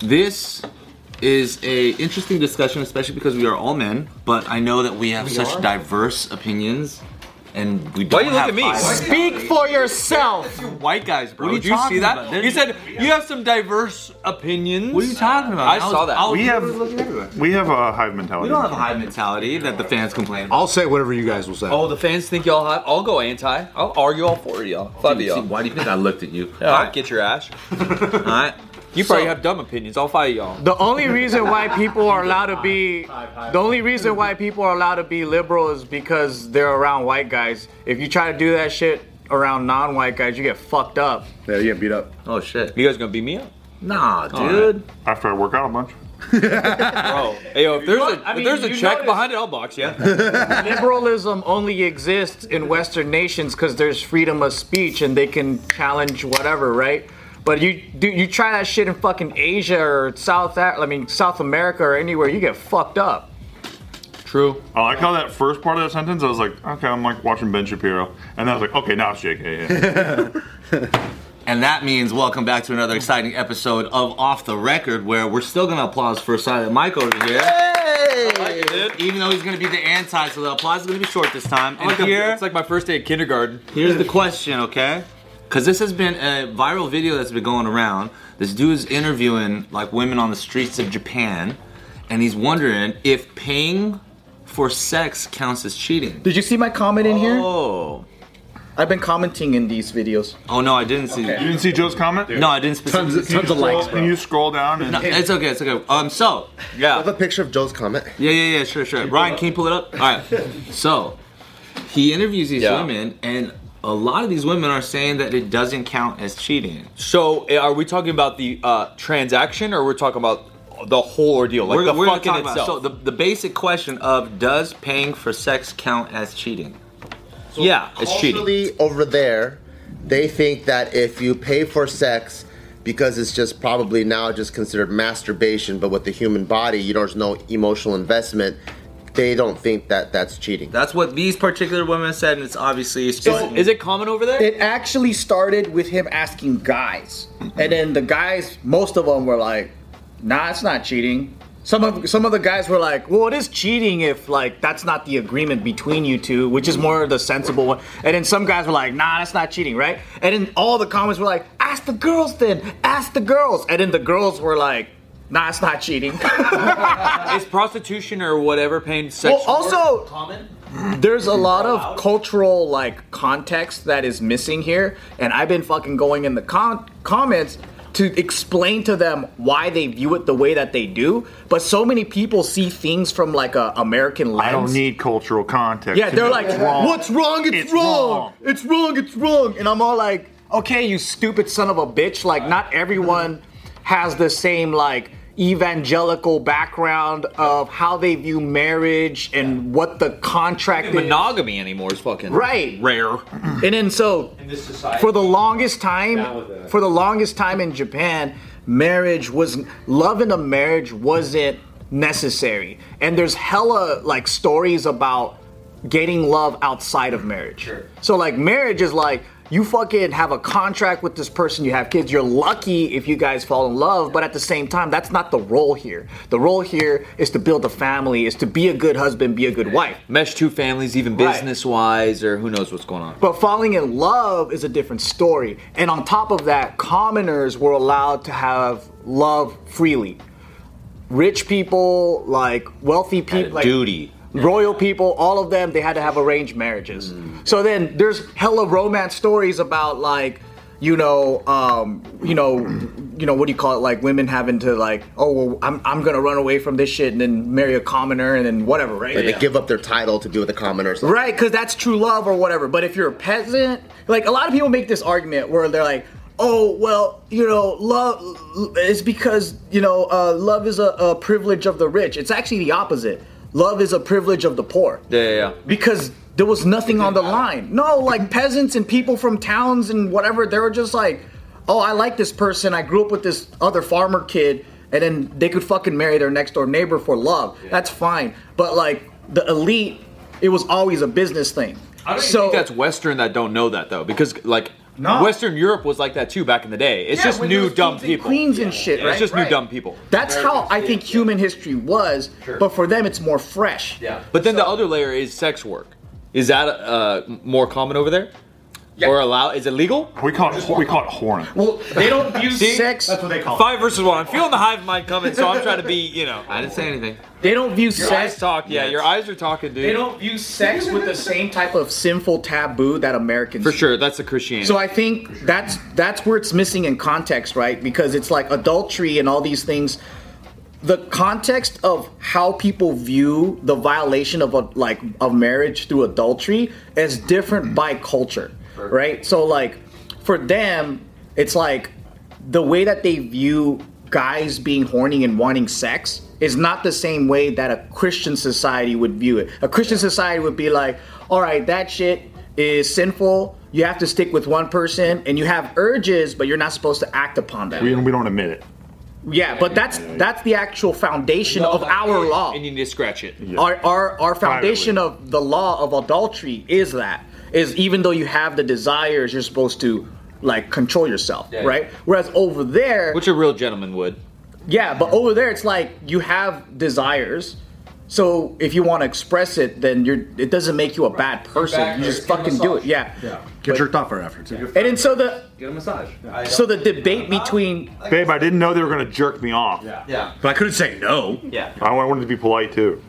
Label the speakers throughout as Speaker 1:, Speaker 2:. Speaker 1: This is a interesting discussion, especially because we are all men. But I know that we have such
Speaker 2: are?
Speaker 1: diverse opinions, and we
Speaker 3: Why
Speaker 1: don't
Speaker 3: you look
Speaker 1: have
Speaker 3: at me?
Speaker 1: eyes.
Speaker 2: Speak for yourself.
Speaker 1: White guys, bro.
Speaker 3: Bro,
Speaker 1: What
Speaker 3: did you see
Speaker 1: talking
Speaker 3: that?
Speaker 1: about? They're-
Speaker 3: You said you have some diverse opinions.
Speaker 1: What are you talking about?
Speaker 3: I
Speaker 1: was-
Speaker 3: saw that.
Speaker 1: was-
Speaker 4: We have-
Speaker 1: looking everywhere.
Speaker 4: We have a hive mentality.
Speaker 1: We don't have a high mentality that the fans complain about.
Speaker 5: I'll say whatever you guys will say.
Speaker 3: Oh, the fans think y'all hot. I'll go anti. I'll argue all four of y'all. Five of
Speaker 1: Dude, see,
Speaker 3: y'all.
Speaker 1: why do you think I looked at you?
Speaker 3: Yeah, I'll get your ass.
Speaker 1: All right.
Speaker 3: You probably
Speaker 1: So-
Speaker 3: have dumb opinions. I'll fight y'all.
Speaker 2: The only reason why people are allowed to be the only reason why people are allowed to be liberal is because they're around white guys. If you try to do that shit around non-white guys, you get fucked up.
Speaker 5: Yeah, you get beat up.
Speaker 1: Oh shit.
Speaker 3: You guys gonna beat me up,
Speaker 1: Nah, dude.
Speaker 3: dude?
Speaker 4: After I work out a bunch.
Speaker 3: Bro, hey, yo, if there's
Speaker 2: Look,
Speaker 3: a
Speaker 2: I mean,
Speaker 3: if there's
Speaker 2: you
Speaker 3: a check
Speaker 2: notice-
Speaker 3: behind it, I'll box you. Yeah.
Speaker 2: Liberalism only exists in Western nations because there's freedom of speech and they can challenge whatever, right? But you do you try that shit in fucking Asia or South A- I mean South America or anywhere, you get fucked up.
Speaker 3: True.
Speaker 4: I like how that first part of that sentence, I was like, okay, I'm like watching Ben Shapiro. And then I was like, okay, now it's JK. Yeah.
Speaker 1: And that means welcome back to another exciting episode of Off the Record, where we're still gonna applause for Silent Mike over here. Even though he's gonna be the anti, so the applause is gonna be short this time. And
Speaker 3: Like a-
Speaker 1: here,
Speaker 3: it's like my first day at kindergarten.
Speaker 1: here's the question, okay? Because this has been a viral video that's been going around. This dude is interviewing like women on the streets of Japan, and he's wondering if paying for sex counts as cheating.
Speaker 2: Did you see my comment in here?
Speaker 1: Oh,
Speaker 2: I've been commenting in these videos.
Speaker 1: oh no, I didn't see.
Speaker 4: you didn't see Joe's comment?
Speaker 1: No, I didn't
Speaker 5: Tons
Speaker 1: specifically.
Speaker 5: of, tons of likes,
Speaker 4: Can
Speaker 5: bro.
Speaker 4: you scroll down and
Speaker 1: No, it's okay, it's okay. Um, so
Speaker 5: I have a picture of Joe's comment.
Speaker 1: Yeah, yeah, yeah, sure, sure. Ryan, can you pull it up? All right. So he interviews these
Speaker 3: Yeah.
Speaker 1: women, and a lot of these women are saying that it doesn't count as cheating.
Speaker 3: So, eh, are we talking about the uh, transaction, or we're talking about the whole ordeal, like the
Speaker 1: gonna
Speaker 3: fucking
Speaker 1: talk about-
Speaker 3: itself?
Speaker 1: so the, the basic question of does paying for sex count as cheating?
Speaker 3: yeah, it's cheating.
Speaker 6: Culturally, over there, they think that if you pay for sex, because it's just probably now just considered masturbation, but with the human body, you know, there's no emotional investment. They don't think that that's cheating.
Speaker 1: That's what these particular women said, and it's obviously so,
Speaker 3: Is it common over there?
Speaker 2: It actually started with him asking guys, and then the guys, most of them were like, "Nah, it's not cheating." Some of some of the guys were like, "Well, it is cheating if like that's not the agreement between you two, which is more the sensible one." And then some guys were like, "Nah, that's not cheating, right?" And then all the comments were like, "Ask the girls, then ask the girls." And then the girls were like, "Nah, it's not cheating."
Speaker 3: Is prostitution or whatever paying sex?
Speaker 2: well, also, there's a lot of cultural like context that is missing here, and I've been fucking going in the com- comments to explain to them why they view it the way that they do. But so many people see things from like a American lens.
Speaker 4: I don't need cultural context.
Speaker 2: Yeah,
Speaker 4: to
Speaker 2: they're
Speaker 4: know
Speaker 2: like,
Speaker 4: what's wrong.
Speaker 2: "What's wrong? It's,
Speaker 4: It's
Speaker 2: wrong.
Speaker 4: wrong."
Speaker 2: It's wrong. It's wrong." And I'm all like, "Okay, you stupid son of a bitch! Like, not everyone has the same like." evangelical background of how they view marriage and what the contract is.
Speaker 3: monogamy anymore is fucking
Speaker 2: Right.
Speaker 3: rare.
Speaker 2: And then so for the longest time for the longest time in Japan, marriage was love in a marriage wasn't necessary. And there's hella like stories about getting love outside of marriage. So like marriage is like you fucking have a contract with this person, you have kids, you're lucky if you guys fall in love, but at the same time, that's not the role here. The role here is to build a family, is to be a good husband, be a good wife.
Speaker 3: Mesh two families, even
Speaker 2: Right.
Speaker 3: business wise, or who knows what's going on.
Speaker 2: But falling in love is a different story. And on top of that, commoners were allowed to have love freely. Rich people, like wealthy people, like
Speaker 3: duty.
Speaker 2: royal people, all of them, they had to have arranged marriages.
Speaker 6: Mm.
Speaker 2: So then there's hella romance stories about like, you know, um, you know, you know, what do you call it? Like women having to like, oh, well, I'm, I'm gonna run away from this shit and then marry a commoner and then whatever, right?
Speaker 6: They give up their title to be with the commoners.
Speaker 2: Right, because that's true love or whatever. But if you're a peasant, like a lot of people make this argument where they're like, "Oh, well, you know, love is because you know, uh, love is a, a privilege of the rich." It's actually the opposite. Love is a privilege of the poor
Speaker 3: Yeah, yeah, yeah.
Speaker 2: because there was nothing on the line. No, like peasants and people from towns and whatever, they were just like, "Oh, I like this person. I grew up with this other farmer kid." And then they could fucking marry their next door neighbor for love. That's fine. But like the elite, it was always a business thing.
Speaker 3: I think that's Western that don't know that though, because like
Speaker 2: No.
Speaker 3: Western Europe was like that too back in the day. It's
Speaker 2: Yeah,
Speaker 3: just
Speaker 2: when there
Speaker 3: new
Speaker 2: was
Speaker 3: dumb
Speaker 2: kings and
Speaker 3: people.
Speaker 2: queens and shit,
Speaker 3: It's
Speaker 2: right?
Speaker 3: just new
Speaker 2: Right.
Speaker 3: dumb people.
Speaker 2: That's how I think human history was, but for them it's more fresh. Yeah.
Speaker 3: But then the other layer is sex work. Is that uh, more common over there? Or allow? Is it legal?
Speaker 4: We call it we call it horn.
Speaker 2: Well, they don't view
Speaker 3: See?
Speaker 2: sex.
Speaker 7: That's what they call it.
Speaker 3: Five versus one. I'm feeling the hive mind coming, so I'm trying to be, you know.
Speaker 1: I didn't say anything.
Speaker 2: They don't view sex.
Speaker 3: Sex talk. Yeah, your eyes are talking, dude.
Speaker 2: They don't view sex with the same type of sinful taboo that Americans.
Speaker 3: For
Speaker 2: do.
Speaker 3: sure, that's a Christianity.
Speaker 2: So I think that's that's where it's missing in context, right? Because it's like adultery and all these things. The context of how people view the violation of a, like of marriage through adultery is different by culture, right? So like for them, it's like the way that they view guys being horny and wanting sex is not the same way that a Christian society would view it. A Christian society would be like, all right, that shit is sinful. You have to stick with one person and you have urges, but you're not supposed to act upon them.
Speaker 4: We, we don't admit it.
Speaker 2: yeah, but that's that's the actual foundation of our law.
Speaker 3: and you need to scratch it.
Speaker 2: Our, our our foundation of the law of adultery is that is even though you have the desires, you're supposed to like control yourself, right? Whereas over there,
Speaker 3: Which a real gentleman would.
Speaker 2: yeah, but over there it's like you have desires. So if you want to express it, then you're it doesn't make you a bad person. You just fucking do it. Yeah.
Speaker 5: Get jerked off right after. Too.
Speaker 2: And then so the
Speaker 1: Get a massage.
Speaker 2: so the debate between
Speaker 4: Babe, I didn't know they were gonna jerk me off.
Speaker 7: Yeah.
Speaker 5: But I couldn't say no.
Speaker 4: I wa- I wanted to be polite too.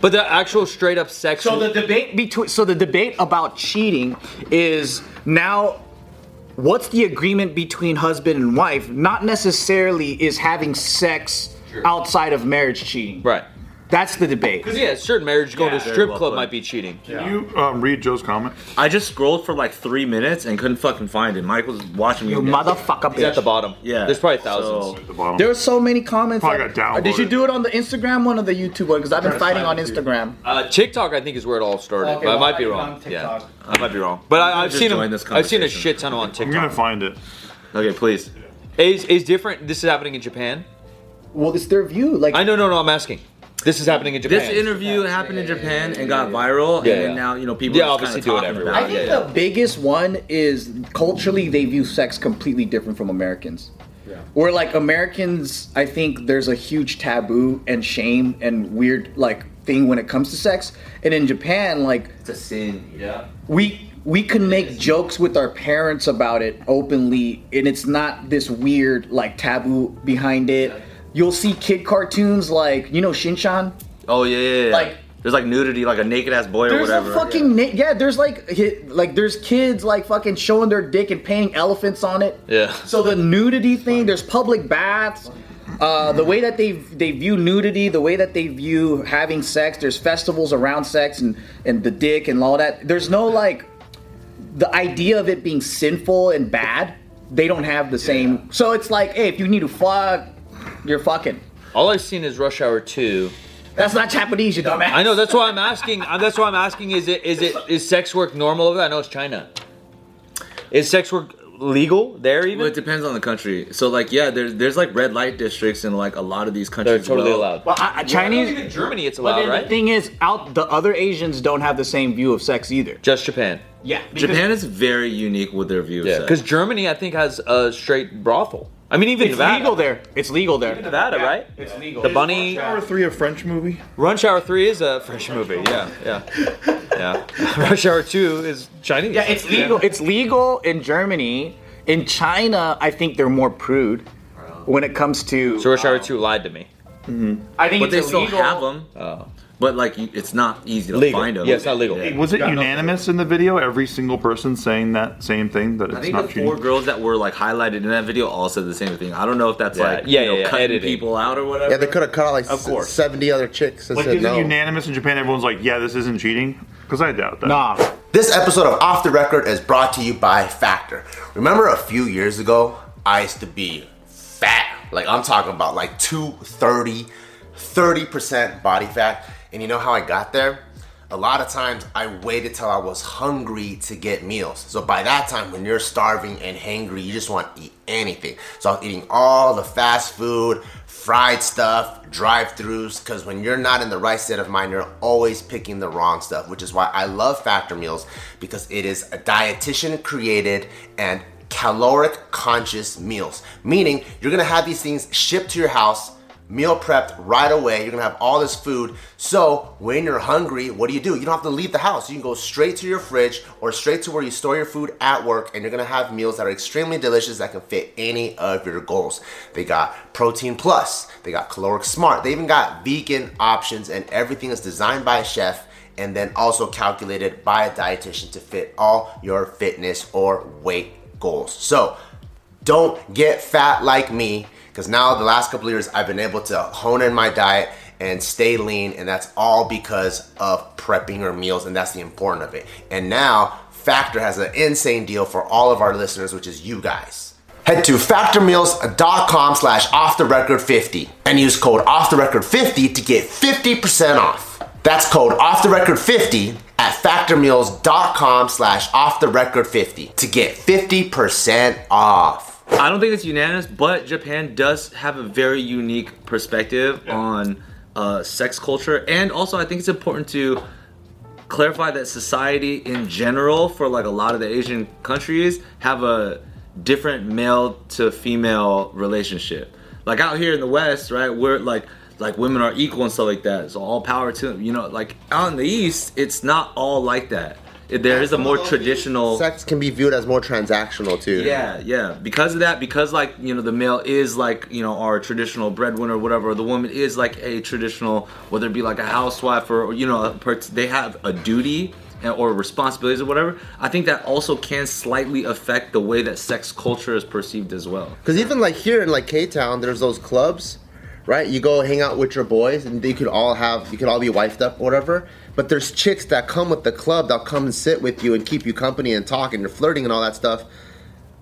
Speaker 3: But the actual straight up sex.
Speaker 2: so the debate between so the debate about cheating is now what's the agreement between husband and wife? Not necessarily is having sex outside of marriage cheating.
Speaker 3: right.
Speaker 2: That's the debate.
Speaker 3: Because yeah, certain marriage going to
Speaker 1: Very
Speaker 3: strip
Speaker 1: well
Speaker 3: club
Speaker 1: put.
Speaker 3: might be cheating.
Speaker 4: Can you um, read Joe's comment?
Speaker 1: I just scrolled for like three minutes and couldn't fucking find it. Michael's watching me.
Speaker 2: You motherfucker
Speaker 3: It's at the
Speaker 2: bitch.
Speaker 3: bottom.
Speaker 1: Yeah.
Speaker 3: There's probably thousands.
Speaker 1: So-
Speaker 4: At the bottom.
Speaker 2: There were so many comments.
Speaker 4: Probably got
Speaker 2: Did you
Speaker 4: downvoted.
Speaker 2: do it on the Instagram one or the YouTube one? Because I've been fighting on Instagram.
Speaker 3: Uh, TikTok, I think, is where it all started.
Speaker 7: Okay,
Speaker 3: but I
Speaker 7: well,
Speaker 3: might be
Speaker 7: I'm
Speaker 3: wrong.
Speaker 7: on
Speaker 3: Yeah,
Speaker 7: TikTok.
Speaker 1: I might be wrong,
Speaker 3: but I, I've
Speaker 1: just
Speaker 3: seen
Speaker 1: joined
Speaker 3: them.
Speaker 1: this
Speaker 3: I've seen a
Speaker 1: conversation.
Speaker 3: shit ton on
Speaker 4: I'm gonna
Speaker 3: TikTok.
Speaker 4: find it.
Speaker 1: Okay, please.
Speaker 3: Is is different? This is happening in Japan.
Speaker 2: Well, it's their view. Like
Speaker 3: I know, no, no. I'm asking. This is happening in Japan.
Speaker 1: This interview happened in Japan and got viral,
Speaker 3: Yeah,
Speaker 1: and
Speaker 3: yeah.
Speaker 1: then now you know people
Speaker 3: Yeah,
Speaker 1: are
Speaker 3: obviously
Speaker 1: just
Speaker 3: do it
Speaker 1: kinda talking
Speaker 3: everywhere.
Speaker 1: about
Speaker 2: I think
Speaker 1: it.
Speaker 2: the biggest one is culturally they view sex completely different from Americans. Where like Americans, I think there's a huge taboo and shame and weird like thing when it comes to sex. And in Japan, like
Speaker 1: It's a sin.
Speaker 7: Yeah.
Speaker 2: we we can make jokes with our parents about it openly and it's not this weird like taboo behind it you'll see kid cartoons like you know shinchan
Speaker 1: Oh yeah, yeah, yeah.
Speaker 2: Like-
Speaker 1: there's like nudity, like a naked ass boy or
Speaker 2: there's
Speaker 1: whatever.
Speaker 2: a fucking yeah. yeah there's like hi- like there's kids like fucking showing their dick and painting elephants on it
Speaker 3: Yeah.
Speaker 2: so the nudity thing there's public baths uh, the way that they they view nudity, the way that they view having sex, there's festivals around sex and and the dick and all that. There's no like the idea of it being sinful and bad. They don't have the same. So it's like, hey, if you need to fuck, you're fucking.
Speaker 3: All I've seen is Rush Hour Two.
Speaker 2: That's not Japanese, you dumbass.
Speaker 3: I know. That's why I'm asking. uh, That's why I'm asking. Is it is it is sex work normal over there? I know it's China. Is sex work legal there even?
Speaker 1: Well, it depends on the country. So like, yeah, there's there's like red light districts in like a lot of these
Speaker 3: They're
Speaker 1: countries.
Speaker 3: totally
Speaker 1: well.
Speaker 3: allowed.
Speaker 2: Well, I, I- Chinese.
Speaker 3: Even Germany, it's
Speaker 2: But
Speaker 3: allowed,
Speaker 2: then the
Speaker 3: right?
Speaker 2: thing is, out the other Asians don't have the same view of sex either.
Speaker 3: Just Japan.
Speaker 2: Yeah,
Speaker 1: Japan is very unique with their view.
Speaker 3: Yeah,
Speaker 1: of
Speaker 3: because
Speaker 1: sex.
Speaker 3: Germany, I think, has a straight brothel. I mean, even
Speaker 2: it's
Speaker 3: Nevada.
Speaker 2: legal there. It's legal there.
Speaker 3: Nevada, right?
Speaker 2: It's legal.
Speaker 3: The bunny.
Speaker 4: Hour three of French movie.
Speaker 3: Rush Hour Three is a French movie. Yeah, yeah, yeah. Rush Hour Two is Chinese.
Speaker 2: Yeah, it's legal. It's legal in Germany. In China, I think they're more prude when it comes to.
Speaker 3: So Rush Hour Two lied to me.
Speaker 2: I think
Speaker 1: but they
Speaker 2: it's
Speaker 1: still
Speaker 2: illegal.
Speaker 1: have them.
Speaker 3: Oh,
Speaker 1: But like, you, it's not easy to
Speaker 3: legal.
Speaker 1: find them.
Speaker 3: Yeah, it's not legal.
Speaker 4: Was it unanimous in the video? Every single person saying that same thing that
Speaker 1: I
Speaker 4: it's
Speaker 1: think
Speaker 4: not
Speaker 1: the four
Speaker 4: cheating.
Speaker 1: girls that were like highlighted in that video all said the same thing. I don't know if that's
Speaker 3: Yeah,
Speaker 1: like
Speaker 3: yeah,
Speaker 1: you know,
Speaker 3: yeah, yeah,
Speaker 1: cutting
Speaker 3: editing.
Speaker 1: people out or whatever.
Speaker 6: Yeah, they could have cut out like
Speaker 1: Of course.
Speaker 6: s- 70 other chicks and
Speaker 4: Like,
Speaker 6: said
Speaker 4: is it
Speaker 6: no.
Speaker 4: unanimous in Japan? Everyone's like, yeah, this isn't cheating. Because I doubt that.
Speaker 2: Nah,
Speaker 8: This episode of Off the Record is brought to you by Factor. Remember a few years ago, I used to be fat. Like I'm talking about like 230, 30% body fat. And you know how I got there? A lot of times I waited till I was hungry to get meals. So by that time, when you're starving and hangry, you just want to eat anything. So I was eating all the fast food, fried stuff, drive-throughs, because when you're not in the right state of mind, you're always picking the wrong stuff, which is why I love Factor Meals because it is a dietitian created and caloric conscious meals, meaning you're gonna have these things shipped to your house, meal prepped right away. You're gonna have all this food. So when you're hungry, what do you do? You don't have to leave the house. You can go straight to your fridge or straight to where you store your food at work, and you're gonna have meals that are extremely delicious that can fit any of your goals. They got Protein Plus, they got Caloric Smart, they even got vegan options, and everything is designed by a chef and then also calculated by a dietitian to fit all your fitness or weight goals. So don't get fat like me, because now the last couple of years I've been able to hone in my diet and stay lean, and that's all because of prepping your meals, and that's the important of it. And now Factor has an insane deal for all of our listeners, which is you guys. Head to factormeals.com slash off the record 50 and use code off the record 50 to get 50% off. That's code off the record 50 at factormeals.com slash off the record 50 to get 50% off.
Speaker 1: I don't think it's unanimous, but Japan does have a very unique perspective on uh, sex culture, and also I think it's important to clarify that society in general, for like a lot of the Asian countries, have a different male to female relationship. Like out here in the West, right, we're like like women are equal and stuff like that. So all power to them. You know, like out in the East, it's not all like that. There is a more traditional
Speaker 6: Sex can be viewed as more transactional too.
Speaker 1: yeah, yeah. Because of that, because like you know, the male is like you know our traditional breadwinner, or whatever. The woman is like a traditional, whether it be like a housewife or you know, a part- they have a duty and- or responsibilities or whatever. I think that also can slightly affect the way that sex culture is perceived as well.
Speaker 6: Because even like here in like K Town, there's those clubs, right? You go hang out with your boys, and you could all have you could all be wifed up, or whatever. But there's chicks that come with the club that'll come and sit with you and keep you company and talk, and you're flirting and all that stuff.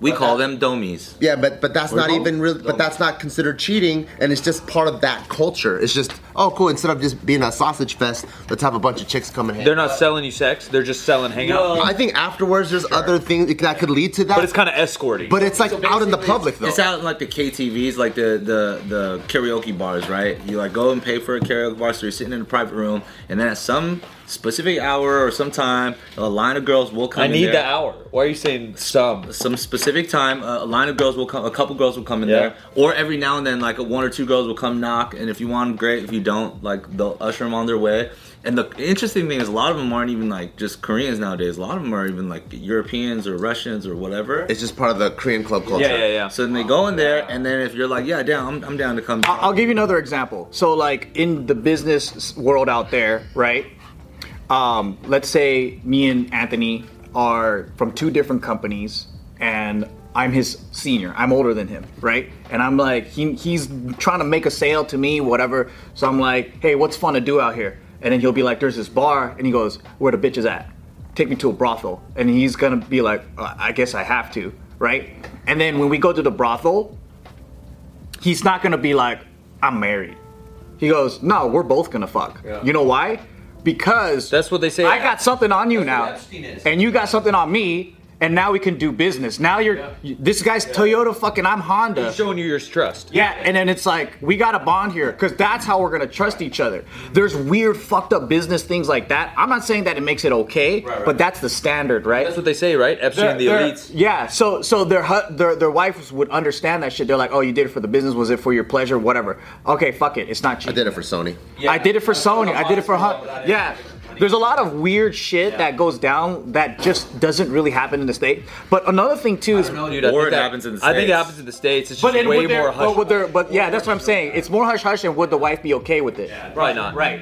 Speaker 1: We call them domies.
Speaker 6: Yeah, but but that's not
Speaker 1: don't-
Speaker 6: even real. But that's not considered cheating, and it's just part of that culture. It's just oh cool. Instead of just being a sausage fest, let's have a bunch of chicks come and hang.
Speaker 3: They're not selling you sex. They're just selling hangout.
Speaker 6: I think afterwards there's other things that could lead to that.
Speaker 3: But it's kind of escorting.
Speaker 6: But it's like out in the public though.
Speaker 1: It's out in like the KTVs, like the the the karaoke bars, right? You like go and pay for a karaoke bar, so you're sitting in a private room, and then at some specific hour or some time, a line of girls will come.
Speaker 3: I
Speaker 1: in
Speaker 3: need
Speaker 1: there.
Speaker 3: the hour. Why are you saying some?
Speaker 1: Some specific time, a a line of girls will come. A couple girls will come in
Speaker 3: Yeah.
Speaker 1: there, or every now and then, like one or two girls will come knock. And if you want them, great. If you don't, like they'll usher them on their way. And the interesting thing is, a lot of them aren't even like just Koreans nowadays. A lot of them are even like Europeans or Russians or whatever.
Speaker 6: It's just part of the Korean club culture.
Speaker 3: Yeah, yeah, yeah.
Speaker 1: So then they go in there, and then if you're like, yeah, down, I'm, I'm down to come.
Speaker 2: I'll I'll give you another example. So, like in the business world out there, right? Um, let's say me and Anthony are from two different companies, and I'm his senior. I'm older than him, right? And I'm like, he, he's trying to make a sale to me, whatever. So I'm like, hey, what's fun to do out here? And then he'll be like, there's this bar, and he goes, where the bitch is at? Take me to a brothel. And he's gonna be like, "Uh, I guess I have to, right? And then when we go to the brothel, he's not gonna be like, I'm married. He goes, No, we're both gonna fuck. You know why? Because
Speaker 3: That's what they say.
Speaker 2: I got something on you
Speaker 3: That's what
Speaker 2: now,
Speaker 3: Epstein is.
Speaker 2: and you got something on me, and now we can do business. Now you're you- this guy's Toyota fucking I'm Honda.
Speaker 3: showing you your trust.
Speaker 2: Yeah, and then it's like we got a bond here because that's how we're gonna trust each other. There's weird, fucked up business things like that. I'm not saying that it makes it okay, but that's the standard, right?
Speaker 3: That's what they say, right? Epstein and the elites.
Speaker 2: Yeah, so so their hu- their their wives would understand that shit. They're like, "Oh, you did it for the business. Was it for your pleasure? Whatever. Okay, fuck it. It's not cheap.
Speaker 6: I did it for Sony.
Speaker 2: I did it for Sony. I did it for Hunt. Yeah. There's a lot of weird shit that goes down that just doesn't really happen in the state. But another thing too is,
Speaker 3: No, dude,
Speaker 1: Or
Speaker 3: I think
Speaker 1: it
Speaker 3: that-
Speaker 1: happens in the
Speaker 3: I think it
Speaker 1: States.
Speaker 3: happens in the states. It's just
Speaker 2: but in,
Speaker 3: way
Speaker 2: would there,
Speaker 3: more hush.
Speaker 2: but would there, but yeah, that's what I'm saying. It's more hush hush, and would the wife be okay with it?
Speaker 3: Probably not.
Speaker 2: Right.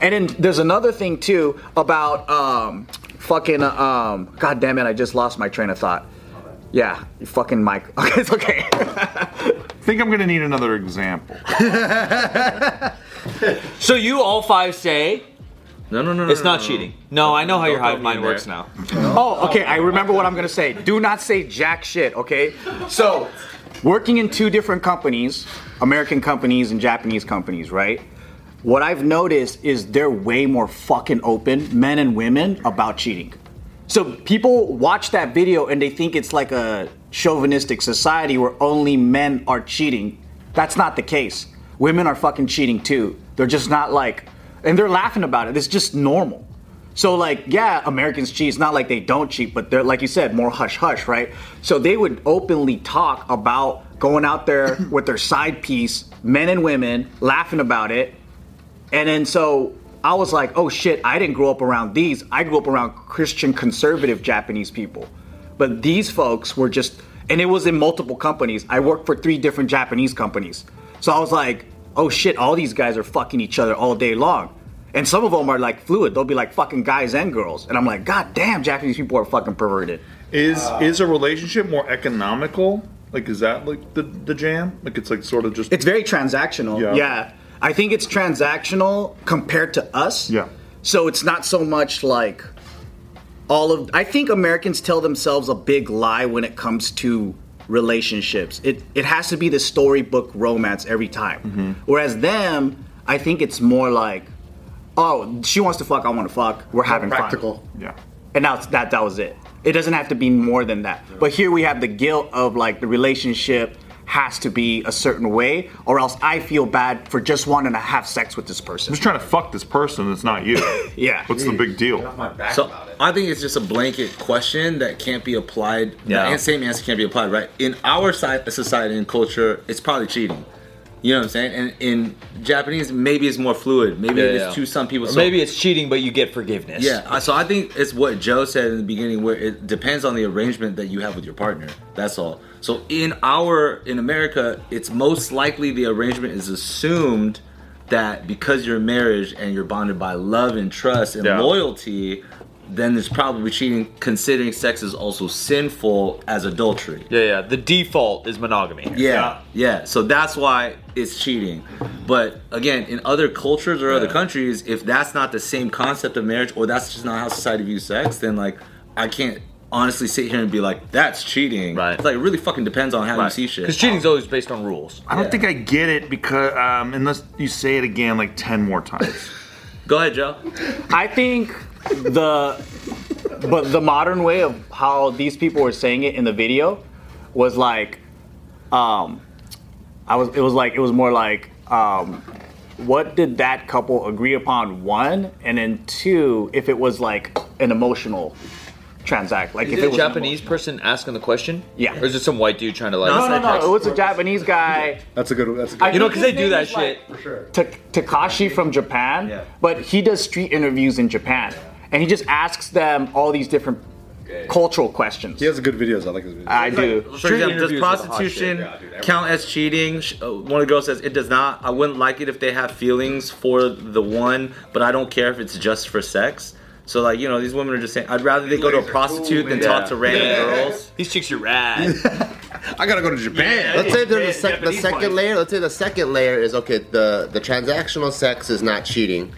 Speaker 2: And then there's another thing too about um, fucking uh, um. God damn it! I just lost my train of thought. Yeah, you fucking Mike. Okay, it's okay.
Speaker 4: I think I'm gonna need another example.
Speaker 3: So you all five say
Speaker 1: No, no, no, no.
Speaker 3: it's
Speaker 1: no,
Speaker 3: not
Speaker 1: no.
Speaker 3: cheating. No, I know how your
Speaker 1: Don't
Speaker 3: hive
Speaker 1: put me
Speaker 3: mind
Speaker 1: in there.
Speaker 3: works now.
Speaker 2: Oh, okay. I remember what I'm gonna say. Do not say jack shit. Okay. So, working in two different companies, American companies and Japanese companies, right? What I've noticed is they're way more fucking open, men and women, about cheating. So people watch that video and they think it's like a chauvinistic society where only men are cheating. That's not the case. Women are fucking cheating too. They're just not like, and they're laughing about it. It's just normal. So like, yeah, Americans cheat. It's not like they don't cheat, but they're like you said, more hush hush, right? So they would openly talk about going out there with their side piece, men and women, laughing about it, and then so I was like, oh shit, I didn't grow up around these. I grew up around Christian conservative Japanese people. But these folks were just, and it was in multiple companies. I worked for three different Japanese companies. So I was like, oh shit, all these guys are fucking each other all day long. And some of them are like fluid. They'll be like fucking guys and girls. And I'm like, god damn, Japanese people are fucking perverted.
Speaker 4: Is is a relationship more economical? Like, is that like the the jam? Like, it's like sort of just
Speaker 2: It's very transactional.
Speaker 4: Yeah.
Speaker 2: Yeah. I think it's transactional compared to us.
Speaker 4: Yeah.
Speaker 2: So it's not so much like all of I think Americans tell themselves a big lie when it comes to relationships. It it has to be the storybook romance every time.
Speaker 4: Mm-hmm.
Speaker 2: Whereas them, I think it's more like oh, she wants to fuck, I want to fuck. We're having fun
Speaker 5: Practical.
Speaker 4: yeah.
Speaker 2: and that's that that was it it doesn't have to be more than that but here we have the guilt of like the relationship has to be a certain way or else i feel bad for just wanting to have sex with this person
Speaker 4: I'm just trying to fuck this person. It's not you.
Speaker 2: yeah
Speaker 4: What's the big deal?
Speaker 8: my back
Speaker 1: So I think it's just a blanket question that can't be applied.
Speaker 3: Yeah.
Speaker 1: The an- same answer can't be applied, right? In our si- society and culture, it's probably cheating. You know what I'm saying? And in Japanese, maybe it's more fluid. Maybe
Speaker 3: Yeah,
Speaker 1: it's
Speaker 3: yeah.
Speaker 1: to some people.
Speaker 3: Or
Speaker 1: so-
Speaker 3: maybe it's cheating, but you get forgiveness.
Speaker 1: Yeah, I- so I think it's what Joe said in the beginning, where it depends on the arrangement that you have with your partner. That's all. So in our in America, it's most likely the arrangement is assumed that because you're marriage and you're bonded by love and trust and
Speaker 4: Yeah.
Speaker 1: loyalty, then there's probably cheating. Considering sex is also sinful as adultery.
Speaker 3: yeah, yeah. The default is monogamy.
Speaker 1: Yeah, yeah. So that's why it's cheating. But again, in other cultures or other countries, if that's not the same concept of marriage or that's just not how society views sex, then like I can't honestly sit here and be like, that's cheating.
Speaker 3: Right.
Speaker 1: It's like it really fucking depends on how you see
Speaker 3: Because
Speaker 1: shit.
Speaker 3: cheating's always based on rules.
Speaker 4: I don't think I get it because um, unless you say it again like ten more times.
Speaker 1: Go ahead, Joe.
Speaker 2: i think the but the modern way of how these people were saying it in the video was like um i was it was like it was more like um what did that couple agree upon one and then two if it was like an emotional transact like
Speaker 3: Is
Speaker 2: if
Speaker 3: it
Speaker 2: it
Speaker 3: a
Speaker 2: was
Speaker 3: Japanese person asking the question?
Speaker 2: Yeah.
Speaker 3: Or is it some white dude trying to like?
Speaker 2: no no no it was a japanese guy
Speaker 5: That's a good. That's a good.
Speaker 2: I
Speaker 3: You know,
Speaker 2: think
Speaker 3: because they do
Speaker 2: his name
Speaker 3: that
Speaker 2: is, like,
Speaker 3: shit.
Speaker 2: Tak- Takashi from Japan,
Speaker 1: Yeah.
Speaker 2: but he does street interviews in Japan, and he just asks them all these different cultural questions.
Speaker 5: he has good videos. I like his videos.
Speaker 2: I do.
Speaker 1: For
Speaker 3: Street
Speaker 1: example, does
Speaker 3: interviews are the hot
Speaker 1: prostitution
Speaker 3: shit.
Speaker 1: count as cheating? Sh- uh, One of the girls says it does not. I wouldn't like it if they have feelings for the one, but I don't care if it's just for sex. So like you know, these women are just saying, I'd rather they go to a prostitute than talk to random girls.
Speaker 3: These chicks are rad.
Speaker 5: I gotta go to Japan.
Speaker 6: Let's say there's a
Speaker 7: Yeah,
Speaker 6: sec- the
Speaker 7: Japanese
Speaker 6: second
Speaker 7: wine.
Speaker 6: layer. Let's say the second layer is okay. The the transactional sex is not cheating,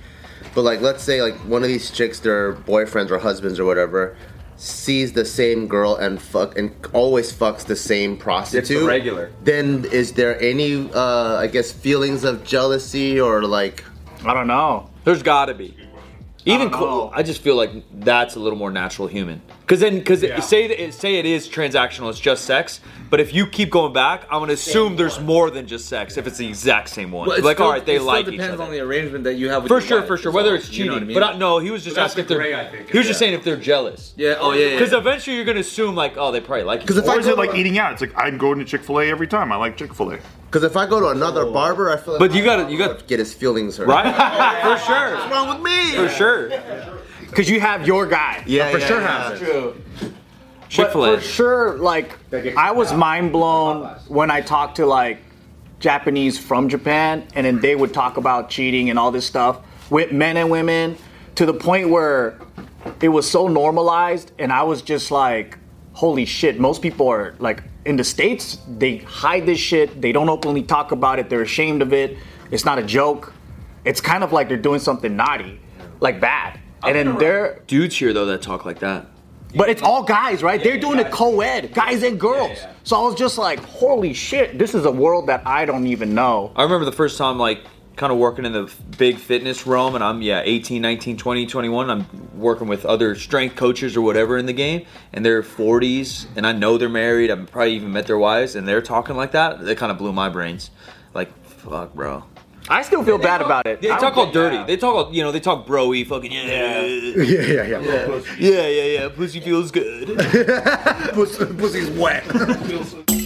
Speaker 6: but like let's say like one of these chicks, their boyfriends or husbands or whatever, sees the same girl and fuck and always fucks the same prostitute.
Speaker 7: regular.
Speaker 6: Then is there any uh I guess feelings of jealousy or like
Speaker 2: I don't know.
Speaker 3: There's gotta be. Even
Speaker 2: don't
Speaker 3: cool,
Speaker 2: know.
Speaker 3: I just feel like that's a little more natural human. Because then, because say that it, say it is transactional, it's just sex. But if you keep going back, I'm gonna assume there's more than just sex. If it's the exact same one,
Speaker 1: Well, it's
Speaker 3: like
Speaker 1: still-
Speaker 3: all right, they
Speaker 1: it still
Speaker 3: like each
Speaker 1: depends
Speaker 3: other.
Speaker 1: on the arrangement that you have. With
Speaker 3: for
Speaker 1: your
Speaker 3: sure,
Speaker 1: wife,
Speaker 3: for sure.
Speaker 1: is
Speaker 3: Whether
Speaker 1: all.
Speaker 3: it's
Speaker 1: You
Speaker 3: cheating,
Speaker 1: know what I mean?
Speaker 3: but I, no, he was just
Speaker 7: that's
Speaker 3: asking.
Speaker 7: the
Speaker 3: if
Speaker 7: gray,
Speaker 3: they're,
Speaker 7: I think,
Speaker 3: he was
Speaker 7: is
Speaker 3: just
Speaker 7: that.
Speaker 3: saying if they're jealous.
Speaker 1: yeah, oh yeah, yeah.
Speaker 3: Because
Speaker 1: yeah.
Speaker 3: eventually you're gonna assume like, oh, they probably like. Because
Speaker 6: if
Speaker 4: Or
Speaker 6: I
Speaker 4: is it like eating out? It's like I'd go to Chick Fil A every time. I like Chick Fil A.
Speaker 6: because if I go to another barber, I feel like
Speaker 3: But
Speaker 6: my
Speaker 3: you gotta-
Speaker 6: barber
Speaker 3: you gotta-
Speaker 6: would get his feelings hurt.
Speaker 3: right, for sure,
Speaker 6: What's wrong with me?
Speaker 3: for sure.
Speaker 2: Because you have your guy.
Speaker 6: Yeah,
Speaker 2: for
Speaker 6: yeah,
Speaker 2: sure
Speaker 6: yeah.
Speaker 2: has true. But
Speaker 3: Chick-fil-A.
Speaker 2: for sure, like I was mind blown when I talked to like Japanese from Japan, and then they would talk about cheating and all this stuff with men and women to the point where it was so normalized, and I was just like, holy shit, most people are like in the States, they hide this shit, they don't openly talk about it, they're ashamed of it, it's not a joke. It's kind of like they're doing something naughty, like bad. And then they're
Speaker 3: Dudes here though that talk like that.
Speaker 2: but it's all guys, right? They're doing it co-ed, guys and girls. So I was just like, holy shit, this is a world that I don't even know.
Speaker 3: I remember the first time, like, kind of working in the f- big fitness realm, and I'm, yeah, 18, 19, 20, 21. I'm working with other strength coaches or whatever in the game, and they're 40s, and I know they're married. I've probably even met their wives, and they're talking like that. That kind of blew my brains. Like, fuck, bro.
Speaker 2: I still feel bad about it.
Speaker 3: They
Speaker 2: I
Speaker 3: talk
Speaker 2: don't-
Speaker 3: all dirty. They talk all, you know, they talk broy fucking yeah. Yeah,
Speaker 5: Yeah, yeah, yeah.
Speaker 3: yeah, yeah, yeah. Pussy feels good.
Speaker 5: Pussy, pussy's wet.